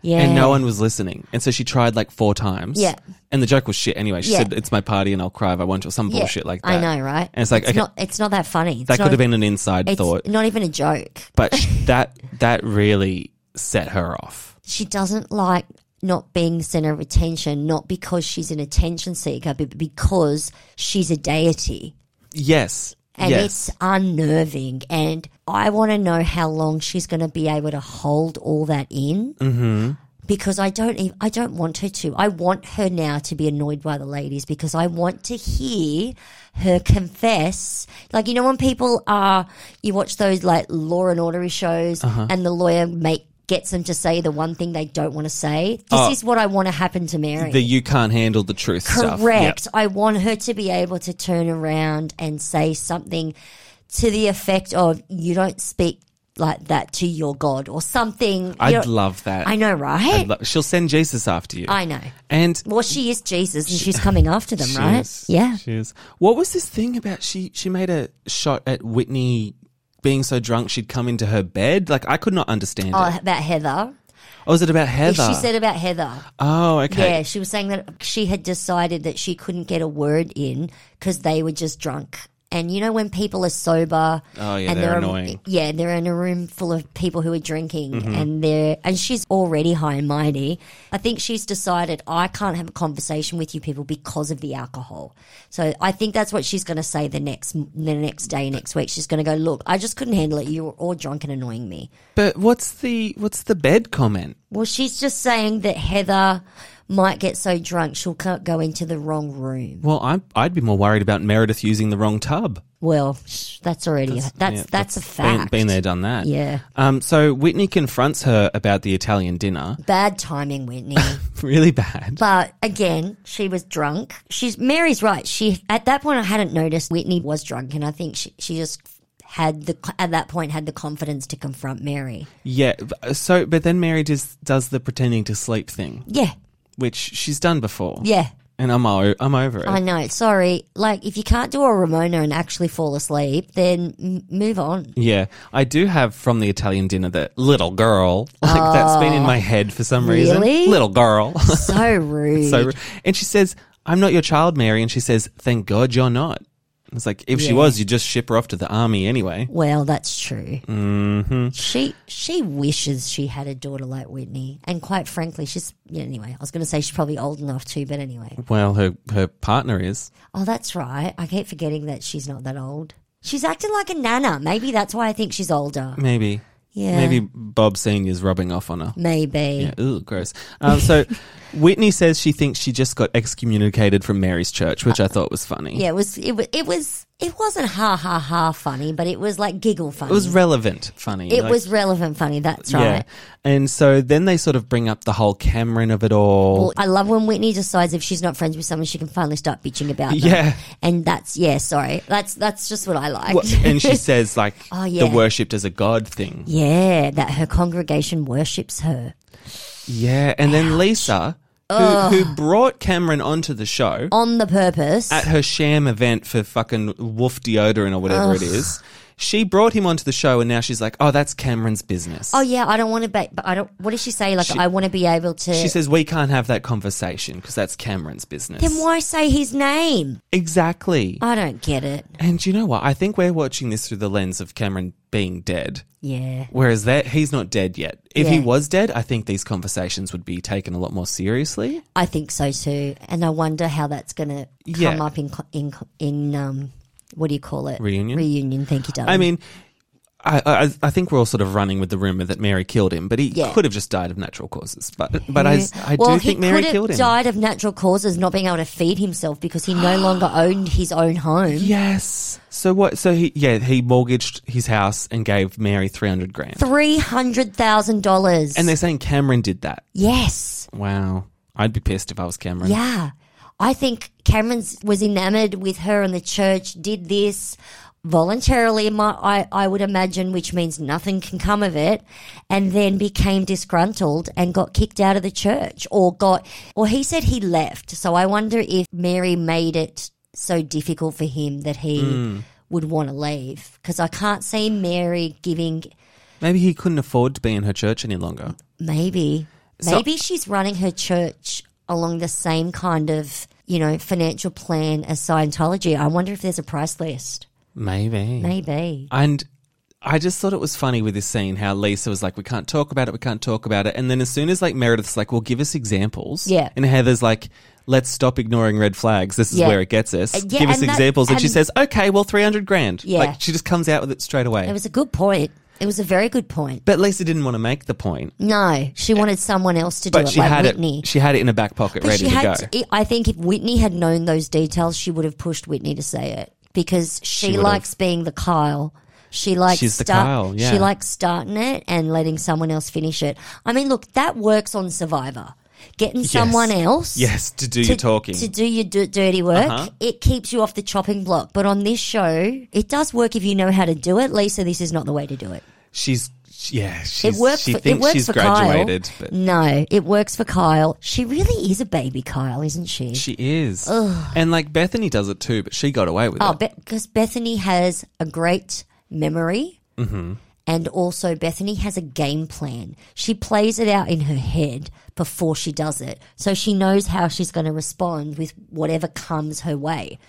B: yeah,
A: and no one was listening and so she tried like four times
B: Yeah.
A: and the joke was shit anyway she
B: Yeah.
A: said it's my party and i'll cry if i want to or some
B: Yeah,
A: bullshit like that
B: I know, right?
A: and it's like okay
B: not, it's not that funny. It's
A: that
B: not,
A: could have been an inside
B: it's
A: thought
B: Not even a joke.
A: but sh- that that really set her off
B: she doesn't like not being center of attention, not because she's an attention seeker, but because she's a deity.
A: yes
B: And
A: yes
B: it's unnerving. And I want to know how long she's going to be able to hold all that in. Mm-hmm. Because I don't, ev- I don't want her to. I want her now to be annoyed by the ladies because I want to hear her confess. Like you know, when people are, you watch those like law and order shows,
A: Uh-huh.
B: and the lawyer make gets them to say the one thing they don't want to say. This
A: Oh.
B: is what I want to happen to Mary.
A: the you can't handle the truth stuff Yep.
B: Correct. I want her to be able to turn around and say something to the effect of, you don't speak like that to your God or something.
A: i'd
B: You know-
A: love that
B: I know, right?
A: I'd lo- she'll send jesus after you
B: I know.
A: and
B: Well, she is Jesus and she's coming after them, right?
A: She is.
B: Yeah.
A: She is. What was this thing about she she made a shot at Whitney being so drunk she'd come into her bed? Like I could not understand
B: Oh,
A: it.
B: about Heather.
A: Oh, was it about Heather?
B: She said about Heather.
A: oh, okay.
B: Yeah, she was saying that she had decided that she couldn't get a word in because they were just drunk. And you know when people are sober,
A: Oh, yeah,
B: and
A: they're
B: in-
A: annoying. Mm-hmm.
B: yeah, they're in a room full of people who are drinking, and they're and she's already high and mighty. I think she's decided I can't have a conversation with you people because of the alcohol. So I think that's what she's going to say the next the next day, next week. She's going to go, look, I just couldn't handle it. You were all drunk and annoying me.
A: But what's the what's the bed comment?
B: Well, she's just saying that Heather might get so drunk she'll can't go into the wrong room.
A: Well, I'm, I'd be more worried about Meredith using the wrong tub.
B: Well, sh- that's already that's that's,
A: Yeah,
B: a
A: been-
B: fact.
A: Been, there, done that.
B: Yeah.
A: Um, so Whitney confronts her about the Italian dinner.
B: Bad timing, Whitney.
A: Really bad.
B: but again, she was drunk. She's Mary's right. She at that point I hadn't noticed Whitney was drunk, and I think she she just had the at that point had the confidence to confront Mary.
A: Yeah. So, but then Mary just does the pretending to sleep thing,
B: Yeah,
A: which she's done before.
B: yeah.
A: And I'm o- I'm over it.
B: I know. Sorry. Like, if you can't do a Ramona and actually fall asleep, then m- move on.
A: yeah, I do have from the Italian dinner that little girl. Like that's been in my head for some reason.
B: Really?
A: Little girl.
B: So rude.
A: so, and she says, "I'm not your child, Mary," and she says, "Thank God you're not." It's like if she was, you'd just ship her off to the army anyway.
B: well, that's true. Mm-hmm. She she wishes she had a daughter like Whitney, and quite frankly, she's yeah, anyway. I was going to say she's probably old enough too, but anyway.
A: Well, her her partner is.
B: Oh, that's right. I keep forgetting that she's not that old. She's acting like a nana. Maybe that's why I think she's older.
A: Maybe.
B: Yeah.
A: Maybe Bob Senior's rubbing off on her.
B: Maybe.
A: Yeah, ooh, gross. Um, so Whitney says she thinks she just got excommunicated from Mary's church, which I thought was funny.
B: Yeah, it was it was it was it wasn't ha ha ha funny, but it was like giggle funny.
A: It was relevant funny.
B: It
A: like-
B: was relevant funny, that's right.
A: Yeah. And so then they sort of bring up the whole Cameron of it all.
B: Well, I love when Whitney decides if she's not friends with someone, she can finally start bitching about them.
A: Yeah.
B: and that's yeah. Sorry, that's that's just what I like.
A: What- and she says, like,
B: Oh, yeah.
A: the worshipped as a god thing.
B: yeah, that her congregation worships her
A: Yeah. And then Lisa, who, who brought Cameron onto the show.
B: on the purpose.
A: at her sham event for fucking wolf deodorant or whatever it is. She brought him onto the show, and now she's like, "Oh, that's Cameron's business."
B: oh yeah, I don't want to be. But I don't. What does she say? Like I want to be able to.
A: She says we can't have that conversation because that's Cameron's business.
B: then why say his name?
A: Exactly.
B: I don't get it.
A: and you know what? I think we're watching this through the lens of Cameron being dead,
B: Yeah.
A: whereas that he's not dead yet. If he
B: Yeah.
A: was dead, I think these conversations would be taken a lot more seriously.
B: I think so too, and I wonder how that's going to
A: Yeah.
B: come up in co- in co- in um what do you call it
A: Reunion?
B: Reunion. Thank you, darling.
A: I mean. I, I, I think we're all sort of running with the rumor that Mary killed him, but he
B: Yeah.
A: could have just died of natural causes. But but I, I
B: well,
A: do think
B: he
A: Mary
B: could
A: killed
B: have
A: him.
B: died of natural causes, not being able to feed himself because he no longer owned his own home.
A: Yes. So what? So he yeah he mortgaged his house and gave Mary three hundred grand,
B: Three hundred thousand dollars.
A: and they're saying Cameron did that.
B: yes,
A: Wow, I'd be pissed if I was Cameron.
B: yeah, I think Cameron's was enamored with her, and the church did this voluntarily. My, I, I would imagine, which means nothing can come of it, and then became disgruntled and got kicked out of the church, or got, or he said he left. So I wonder if Mary made it so difficult for him that he. Would want to leave because I can't see Mary giving
A: Maybe he couldn't afford to be in her church any longer.
B: Maybe.
A: So-
B: Maybe she's running her church along the same kind of, you know, financial plan as Scientology. I wonder if there's a price list.
A: Maybe.
B: Maybe.
A: And I just thought it was funny with this scene how Lisa was like, "We can't talk about it. We can't talk about it." And then as soon as like Meredith's like, "Well, give us examples,"
B: Yeah.
A: and Heather's like. Let's stop ignoring red flags. This is
B: Yeah.
A: where it gets us.
B: Uh, yeah,
A: Give us
B: and that-
A: examples. and she
B: and-
A: says, okay, well, 300 grand.
B: Yeah.
A: Like, she just comes out with it straight away.
B: It was a good point. It was a very good point.
A: but Lisa didn't want to make the point.
B: No, she wanted someone else to do
A: but
B: it,
A: she
B: like
A: had
B: Whitney.
A: it. She had it in her back pocket,
B: but
A: ready
B: she
A: to
B: had,
A: go.
B: to- I think if Whitney had known those details, she would have pushed Whitney to say it because she,
A: would've.
B: likes being the Kyle. She likes
A: She's the
B: start-
A: Kyle, yeah.
B: She likes starting it and letting someone else finish it. I mean, look, that works on Survivor. Getting someone else
A: yes, to do your talking. Uh-huh.
B: to do your d- dirty work. It keeps you off the chopping block. But on this show, it does work if you know how to do it. Lisa, this is not the way to do it.
A: she's yeah.
B: It
A: She's,
B: works.
A: She
B: for,
A: thinks
B: it works
A: she's
B: for
A: graduated,
B: Kyle.
A: but
B: No, it works for Kyle. She really is a baby Kyle, isn't she?
A: she is. And like Bethany does it too, but she got away with
B: oh,
A: it.
B: because Bethany has a great memory,
A: Mm-hmm.
B: and also Bethany has a game plan. She plays it out in her head before she does it, so she knows how she's going to respond with whatever comes her way.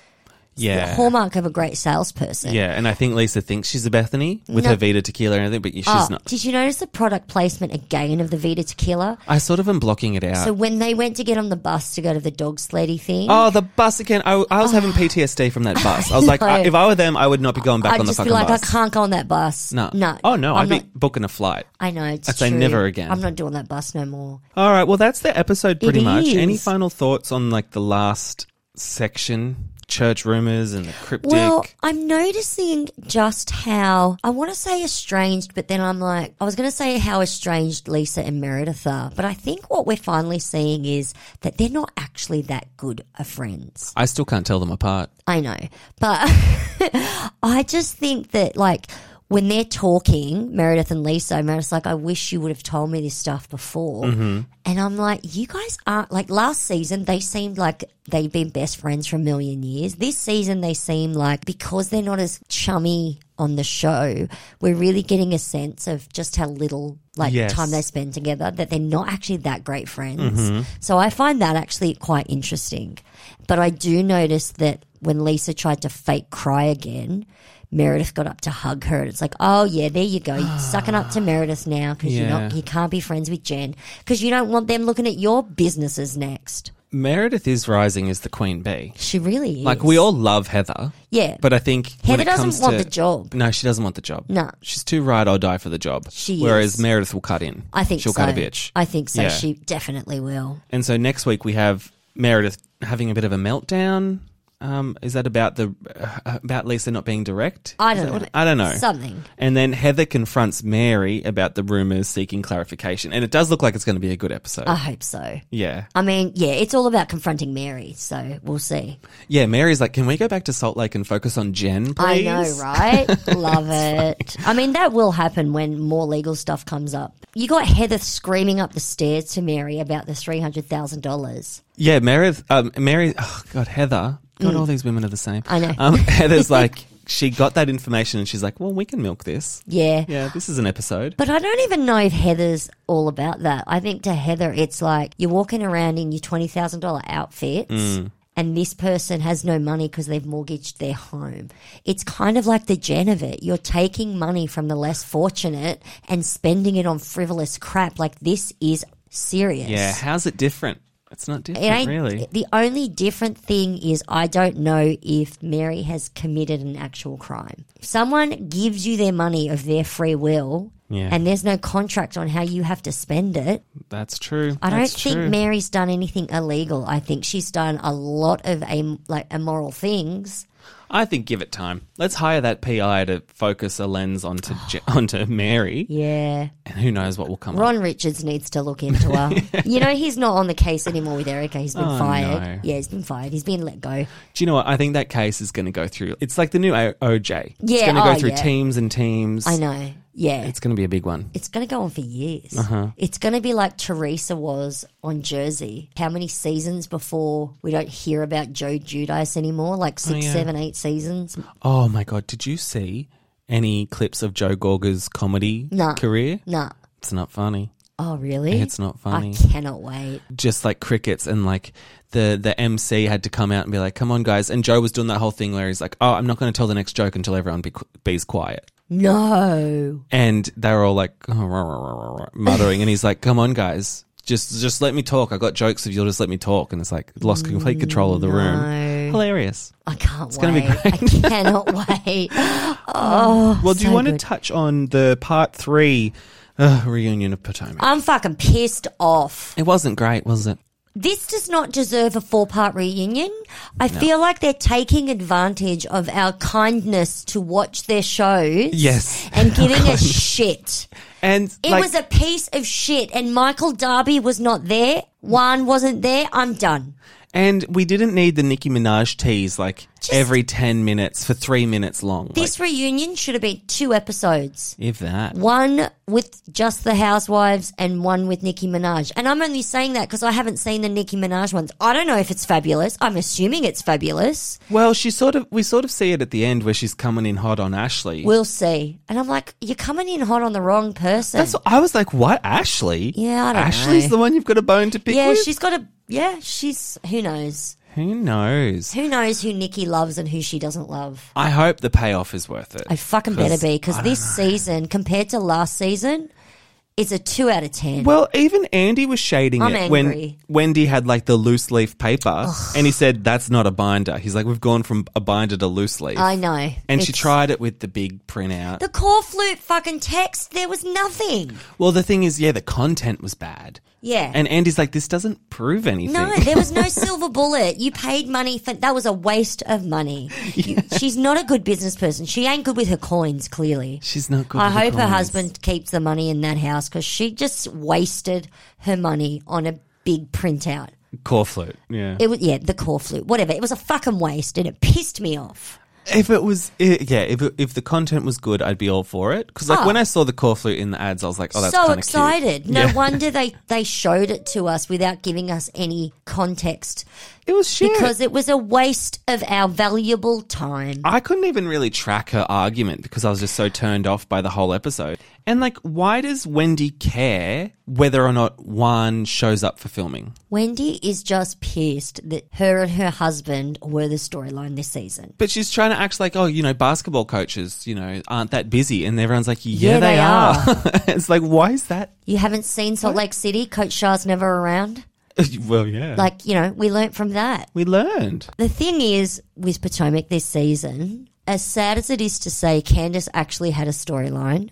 A: Yeah.
B: hallmark of a great salesperson.
A: Yeah, and I think Lisa thinks she's a Bethany with
B: No.
A: her Vita tequila and everything, but she's
B: Oh,
A: not.
B: Did you notice the product placement again of the Vita tequila?
A: I sort of am blocking it out.
B: So when they went to get on the bus to go to the dog sleddy thing,
A: Uh, oh, the bus again. I, I was
B: Ah.
A: having PTSD from that bus. I was like,
B: No.
A: I, if I were them, I would not be going back
B: I'd
A: on the
B: just be
A: fucking
B: like, I
A: bus.
B: can't go on that bus.
A: no.
B: no,
A: Oh, no.
B: i
A: I'd be booking a flight.
B: I know. It's
A: I'd say
B: true.
A: never again.
B: I'm not doing that bus no more.
A: All right. Well, that's the episode pretty
B: It
A: much. Any
B: is.
A: final thoughts on like the last section? Church rumors and the cryptic.
B: Well, I'm noticing just how I want to say estranged, but then I'm like, I was going to say how estranged Lisa and Meredith are, but I think what we're finally seeing is that they're not actually that good of friends.
A: I still can't tell them apart.
B: I know, but I just think that like when they're talking, Meredith and Lisa, Meredith's like, I wish you would have told me this stuff before. And I'm like, you guys aren't like last season, they seemed like they've been best friends for a million years. This season, they seem like because they're not as chummy on the show, we're really getting a sense of just how little like
A: Yes.
B: time they spend together that they're not actually that great friends. So I find that actually quite interesting. But I do notice that when Lisa tried to fake cry again, Meredith got up to hug her, and it's like, oh yeah, there you go, You're sucking up to Meredith now because you're not,
A: Yeah.
B: you can't be friends with Jen because you don't want them looking at your businesses next.
A: Meredith is rising as the queen bee.
B: She really is.
A: Like we all love Heather.
B: yeah,
A: But I think when
B: Heather
A: it
B: doesn't
A: comes
B: want
A: to-
B: the job.
A: No, she doesn't want the job.
B: No.
A: she's too ride or die for the job.
B: She
A: Whereas
B: is.
A: Meredith will cut in.
B: I think
A: she'll
B: so.
A: cut a bitch.
B: I think so.
A: Yeah.
B: She definitely will.
A: and so next week we have Meredith having a bit of a meltdown. Um, is that about the uh, about Lisa not being direct?
B: I
A: Is
B: don't
A: that
B: know.
A: what- I don't know.
B: Something.
A: And then Heather confronts Mary about the rumors, seeking clarification. And it does look like it's going to be a good episode.
B: I hope so.
A: yeah,
B: I mean, yeah, it's all about confronting Mary, so we'll see.
A: yeah. Mary's like, "Can we go back to Salt Lake and focus on Jen, please?"
B: I know, right? Love it. I mean, that will happen when more legal stuff comes up. You got Heather screaming up the stairs to Mary about the three hundred thousand dollars.
A: Yeah, Meredith. Um, Mary. Oh God, Heather. God, all these women are the same.
B: Mm. I know.
A: Um, Heather's like she got that information, and she's like, "Well, we can milk this.
B: Yeah.
A: Yeah, this is an episode."
B: But I don't even know if Heather's all about that. I think to Heather, it's like you're walking around in your twenty thousand dollar outfits.
A: Mm.
B: And this person has no money because they've mortgaged their home. It's kind of like the gen of it. You're taking money from the less fortunate and spending it on frivolous crap. Like this is serious.
A: Yeah, how's it different? It's not
B: It
A: different,
B: ain't
A: really.
B: the only different thing is I don't know if Mary has committed an actual crime. If someone gives you their money of their free will
A: Yeah.
B: and there's no contract on how you have to spend it,
A: That's true.
B: I
A: That's
B: don't think
A: true.
B: Mary's done anything illegal. I think she's done a lot of a, like immoral things.
A: I think give it time. Let's hire that PI to focus a lens onto Je- onto Mary,
B: Yeah.
A: and who knows what will come. up.
B: Ron Richards needs to look into her. you know, he's not on the case anymore with Erica. He's been
A: Oh,
B: fired.
A: no.
B: Yeah, he's been fired. He's been let go.
A: Do you know what? I think that case is going to go through. It's like the new O- OJ. it's
B: Yeah,
A: going to go
B: oh,
A: through
B: yeah.
A: teams and teams.
B: I know. Yeah.
A: It's going to be a big one.
B: it's going to go on for years.
A: Uh-huh.
B: It's going to be like Teresa was on Jersey. How many seasons before we don't hear about Joe Judice anymore? Like six,
A: Oh, yeah.
B: seven, eight seasons?
A: Oh my god, did you see any clips of Joe Gorga's comedy
B: Nah.
A: career?
B: Nah.
A: It's not funny.
B: Oh, really?
A: It's not funny.
B: I cannot wait.
A: Just like crickets and like the the MC had to come out and be like, "Come on guys." And Joe was doing that whole thing where he's like, "Oh, I'm not going to tell the next joke until everyone be, be's quiet."
B: No.
A: And they were all like "Oh, rah, rah, rah, rah, rah," muttering and he's like, "Come on guys." Just, just let me talk. I got jokes if you'll just let me talk. And it's like lost
B: Mm,
A: complete control of the room. Hilarious.
B: I can't
A: gonna be
B: wait. I cannot wait.
A: Well, do you
B: Oh, so
A: want to
B: good.
A: touch on the part three uh, reunion of Potomac?
B: I'm fucking pissed off.
A: It wasn't great, was it?
B: This does not deserve a four part reunion. I feel like they're taking advantage of our kindness to watch their shows.
A: Yes.
B: And giving us shit.
A: And
B: It
A: like,
B: was a piece of shit, and Michael Darby was not there. Juan wasn't there. I'm done.
A: and we didn't need the Nicki Minaj tease like every ten minutes for three minutes long.
B: This reunion should have been two episodes.
A: like, if that.
B: One with just the housewives and one with Nicki Minaj. And I'm only saying that because I haven't seen the Nicki Minaj ones. I don't know if it's fabulous. I'm assuming it's fabulous.
A: Well, she sort of we sort of see it at the end where she's coming in hot on Ashley.
B: We'll see. And I'm like, you're coming in hot on the wrong person.
A: That's what- I was like, what Ashley?
B: Yeah, I don't
A: Ashley's
B: know.
A: the one you've got a bone to pick
B: yeah,
A: with.
B: she's got a. Yeah, she's. Who knows?
A: Who knows?
B: Who knows who Nikki loves and who she doesn't love?
A: I hope the payoff is worth it.
B: I fucking better be because this season, compared to last season, it's a two out of ten.
A: Well, even Andy was shading
B: I'm
A: it
B: angry.
A: when Wendy had like the loose leaf paper, and he said that's not a binder. He's like, we've gone from a binder to loose leaf.
B: I know.
A: and she
B: It's-
A: tried it with the big printout.
B: the core flute fucking text. There was nothing.
A: well, the thing is, yeah, the content was bad.
B: Yeah.
A: And Andy's like, this doesn't prove anything.
B: no, there was no silver bullet. You paid money for that was a waste of money. You- she's not a good business person. She ain't good with her coins. Clearly,
A: She's not good.
B: I
A: with the
B: hope her
A: comments.
B: husband keeps the money in that house because she just wasted her money on a big printout.
A: Core flute. Yeah.
B: It was yeah, the core flute, whatever. It was a fucking waste, and it pissed me off.
A: if it was, i yeah, if, it, if the content was good, I'd be all for it. Because like
B: Oh.
A: when I saw the core flute in the ads, I was like, oh, that's
B: so
A: kind of
B: excited!
A: Cute.
B: No
A: Yeah.
B: wonder they they showed it to us without giving us any context
A: It was shit.
B: because it was a waste of our valuable time.
A: I couldn't even really track her argument because I was just so turned off by the whole episode. And like, why does Wendy care whether or not Juan shows up for filming?
B: Wendy is just pissed that her and her husband were the storyline this season.
A: But she's trying to act like, oh, you know, basketball coaches, you know, aren't that busy. And everyone's like, yeah,
B: Yeah,
A: they,
B: they
A: are. it's like, why is that?
B: You haven't seen Salt Lake City. Coach Shah's never around.
A: well, yeah.
B: Like you know, we learnt from that.
A: we learned.
B: The thing is with Potomac this season, as sad as it is to say, Candace actually had a storyline.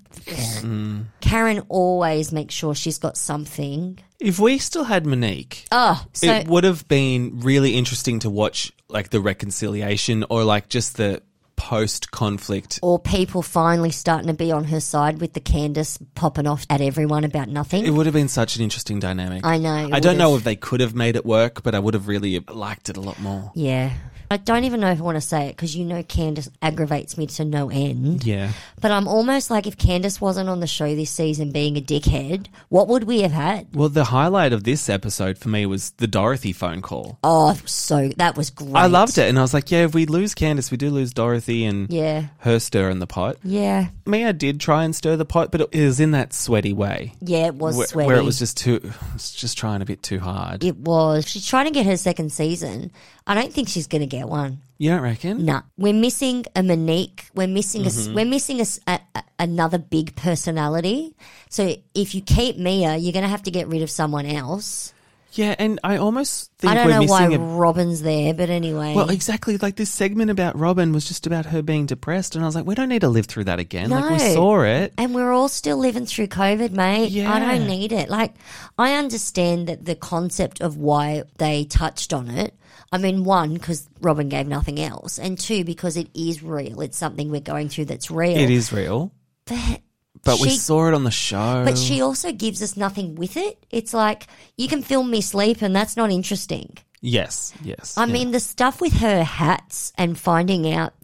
A: Mm.
B: Karen always makes sure she's got something.
A: If we still had Monique,
B: Oh, so
A: it would have been really interesting to watch like the reconciliation or like just the post conflict.
B: or people finally starting to be on her side with the Candace popping off at everyone about nothing.
A: It would have been such an interesting dynamic.
B: I know. it
A: I don't
B: would've-
A: know if they could have made it work, but I would have really liked it a lot more.
B: Yeah. I don't even know if I want to say it because you know Candace aggravates me to no end.
A: Yeah.
B: But I'm almost like if Candace wasn't on the show this season being a dickhead, what would we have had?
A: Well, the highlight of this episode for me was the Dorothy phone call.
B: Oh, so that was great.
A: I loved it. And I was like, yeah, if we lose Candace, we do lose Dorothy and
B: Yeah.
A: her stir in the pot.
B: Yeah.
A: Mia did try and stir the pot, but it was in that sweaty way
B: Yeah, it was
A: where,
B: sweaty.
A: where it was just too, it's just trying a bit too hard.
B: It was. She's trying to get her second season. I don't think she's going to get one.
A: You don't reckon?
B: Nah. We're missing a Monique. We're missing a s
A: Mm-hmm.
B: a, we're missing a, s- a- a- another big personality. So if you keep Mia, you're going to have to get rid of someone else.
A: Yeah, and I almost think
B: I don't
A: we're
B: know why
A: missing a.
B: Robin's there, but anyway.
A: Well, exactly. Like this segment about Robin was just about her being depressed, and I was like, we don't need to live through that again. Like we
B: No.
A: saw it.
B: and we're all still living through COVID, mate. I
A: Yeah.
B: don't need it. Like, I understand that the concept of why they touched on it. I mean, one, because Robin gave nothing else, and two, because it is real. It's something we're going through that's real.
A: It is real.
B: But,
A: But we
B: she-
A: saw it on the show.
B: but she also gives us nothing with it. It's like, you can film me sleep, and that's not interesting.
A: Yes, yes.
B: I mean, the stuff with her hats and finding out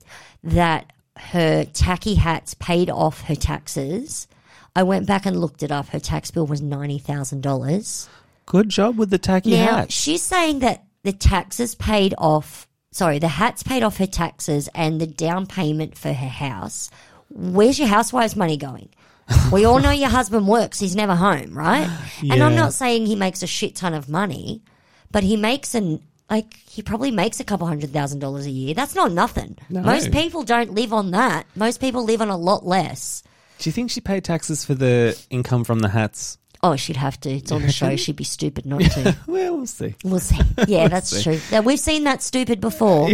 B: that her tacky hats paid off her taxes. I went back and looked it up. Her tax bill was ninety thousand dollars.
A: good job with the tacky
B: Now
A: hat.
B: she's saying that the taxes paid off. Sorry, the hats paid off her taxes and the down payment for her house. Where's your housewife's money going? we all know your husband works. He's never home, right? And I'm
A: Yeah.
B: not saying he makes a shit ton of money, but he makes an like he probably makes a couple hundred thousand dollars a year. That's not nothing.
A: No.
B: Most people don't live on that. Most people live on a lot less.
A: Do you think she paid taxes for the income from the hats?
B: Oh, she'd have to. It's on the show. She'd be stupid not to.
A: Well, we'll see.
B: We'll see. Yeah, that's true. Now, we've seen that stupid before.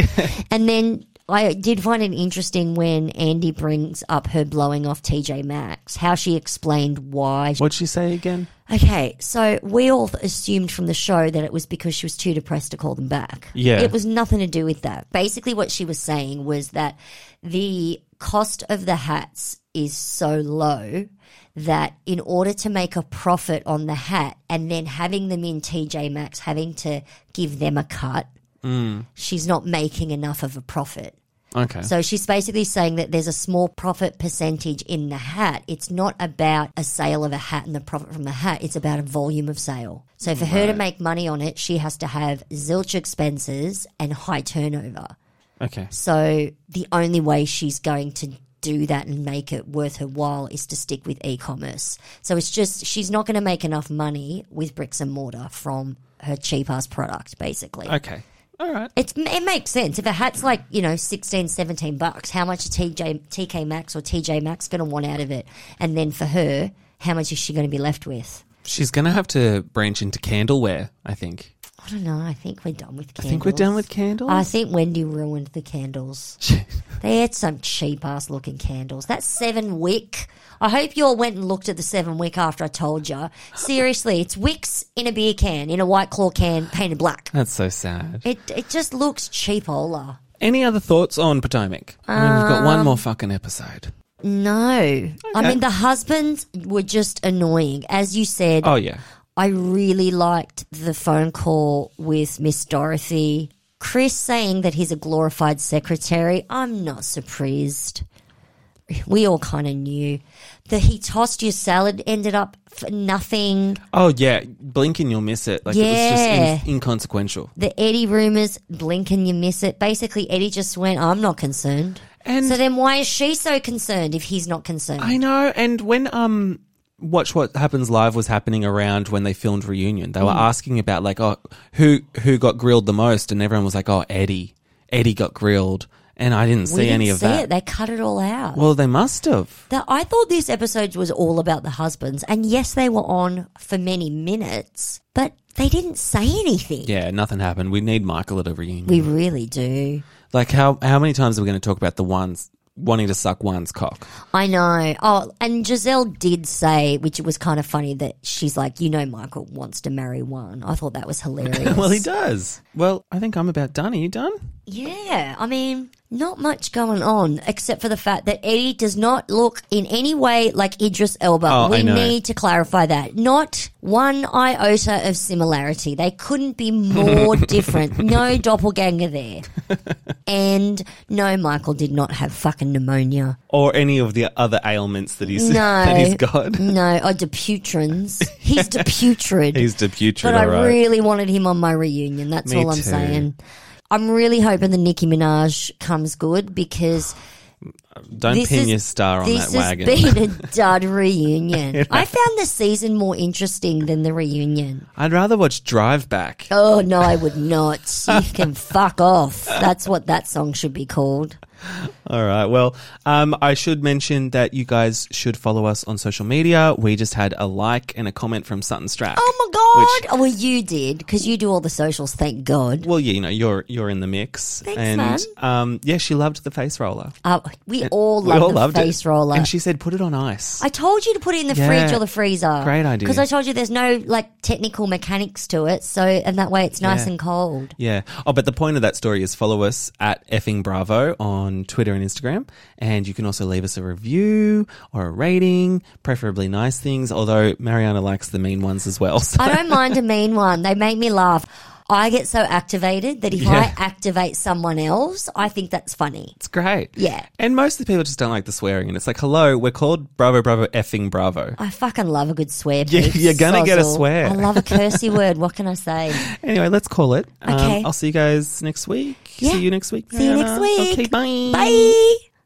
B: And then I did find it interesting when Andy brings up her blowing off TJ Maxx, how she explained why.
A: What'd she say again?
B: Okay, so we all assumed from the show that it was because she was too depressed to call them back.
A: Yeah.
B: It was nothing to do with that. Basically, what she was saying was that the cost of the hats is so low that in order to make a profit on the hat and then having them in TJ Maxx, having to give them a cut, she's not making enough of a profit.
A: Okay.
B: So she's basically saying that there's a small profit percentage in the hat. It's not about a sale of a hat and the profit from the hat. It's about a volume of sale. So for her to make money on it, she has to have zilch expenses and high turnover.
A: okay.
B: So the only way she's going to do that and make it worth her while is to stick with e-commerce. So it's just she's not going to make enough money with bricks and mortar from her cheap ass product basically.
A: Okay. All right.
B: It's, it makes sense. If a hat's like, you know, 16, 17 bucks, how much is TJ, TK Maxx or TJ Maxx going to want out of it? And then for her, how much is she going to be left with?
A: She's going to have to branch into candleware, I think.
B: I don't know. I think we're done with candles.
A: I think we're done with candles.
B: I think Wendy ruined the candles. They had some cheap ass looking candles. That seven wick. I hope you all went and looked at the seven wick after I told you. Seriously, it's wicks in a beer can, in a white claw can, painted black.
A: That's so sad.
B: It it just looks cheapola.
A: Any other thoughts on Potomac? I mean, we've got one
B: Um,
A: more fucking episode.
B: No, I mean the husbands were just annoying, as you said.
A: Oh yeah.
B: I really liked the phone call with Miss Dorothy. Chris saying that he's a glorified secretary, I'm not surprised. We all kind of knew. The he tossed your salad ended up for nothing.
A: Oh yeah. Blink and you'll miss it. Like it was
B: Yeah.
A: just in- inconsequential.
B: The Eddie rumors, blink and you miss it. Basically, Eddie just went, I'm not concerned.
A: And
B: So then why is she so concerned if he's not concerned?
A: I know. And when um, watch what happens live was happening around when they filmed reunion, they were asking about like, oh, who who got grilled the most, and everyone was like, oh, Eddie, Eddie got grilled, and I didn't see
B: we didn't
A: any of
B: see
A: that.
B: it. They cut it all out.
A: Well, they must have.
B: The- I thought this episode was all about the husbands, and yes, they were on for many minutes, but they didn't say anything.
A: Yeah, nothing happened. We need Michael at a reunion.
B: We really do.
A: like, how how many times are we going to talk about the ones wanting to suck one's cock?
B: I know. Oh, and Giselle did say, which was kind of funny, that she's like, you know, Michael wants to marry one. I thought that was hilarious.
A: Well, he does. Well, I think I'm about done. Are you done?
B: Yeah, I mean, not much going on except for the fact that Eddie does not look in any way like Idris Elba.
A: Oh, I
B: we
A: know.
B: need to clarify that. Not one iota of similarity. They couldn't be more different. No doppelganger there. and no, Michael did not have fucking pneumonia.
A: Or any of the other ailments that he's
B: No.
A: that he's got?
B: No, or deputrans. He's deputrid.
A: He's deputrid,
B: But
A: all
B: I
A: right.
B: really wanted him on my reunion. That's
A: Me
B: all I'm
A: too.
B: saying. I'm really hoping the Nicki Minaj comes good because
A: Don't
B: this
A: pin
B: is-
A: your star on
B: this
A: that wagon.
B: has been a dud reunion. I found the season more interesting than the reunion.
A: I'd rather watch Drive Back.
B: Oh no, I would not. You can fuck off. That's what that song should be called.
A: All right. Well, um, I should mention that you guys should follow us on social media. We just had a like and a comment from Sutton Strack.
B: Oh my god! oh, well, you did because you do all the socials. Thank God.
A: Well, yeah, you know, you're you're in the mix.
B: Thanks,
A: and
B: man.
A: um yeah, she loved the face roller.
B: Uh, we all
A: We
B: love
A: all
B: the
A: loved
B: face
A: it.
B: roller.
A: And she said put it on ice.
B: I told you to put it in the
A: Yeah.
B: fridge or the freezer.
A: Great idea.
B: Because I told you there's no like technical mechanics to it, so and that way it's nice
A: Yeah.
B: and cold.
A: yeah. Oh, but the point of that story is follow us at effing bravo on Twitter and Instagram, and you can also leave us a review or a rating, preferably nice things. Although Mariana likes the mean ones as well. So.
B: I don't mind a mean one. They make me laugh. I get so activated that if
A: Yeah.
B: I activate someone else, I think that's funny.
A: It's great.
B: Yeah.
A: And most of the people just don't like the swearing. And it's like, hello, we're called Bravo, Bravo, effing Bravo.
B: I fucking love a good swear.
A: Yeah,
B: piece.
A: you're gonna get a
B: Sozzle.
A: swear.
B: I love a cursey word. What can I say?
A: Anyway, let's call it.
B: Okay.
A: I'll see you guys next week.
B: Yeah.
A: See you next week.
B: See you next
A: Mariana.
B: week.
A: Okay, bye.
B: Bye.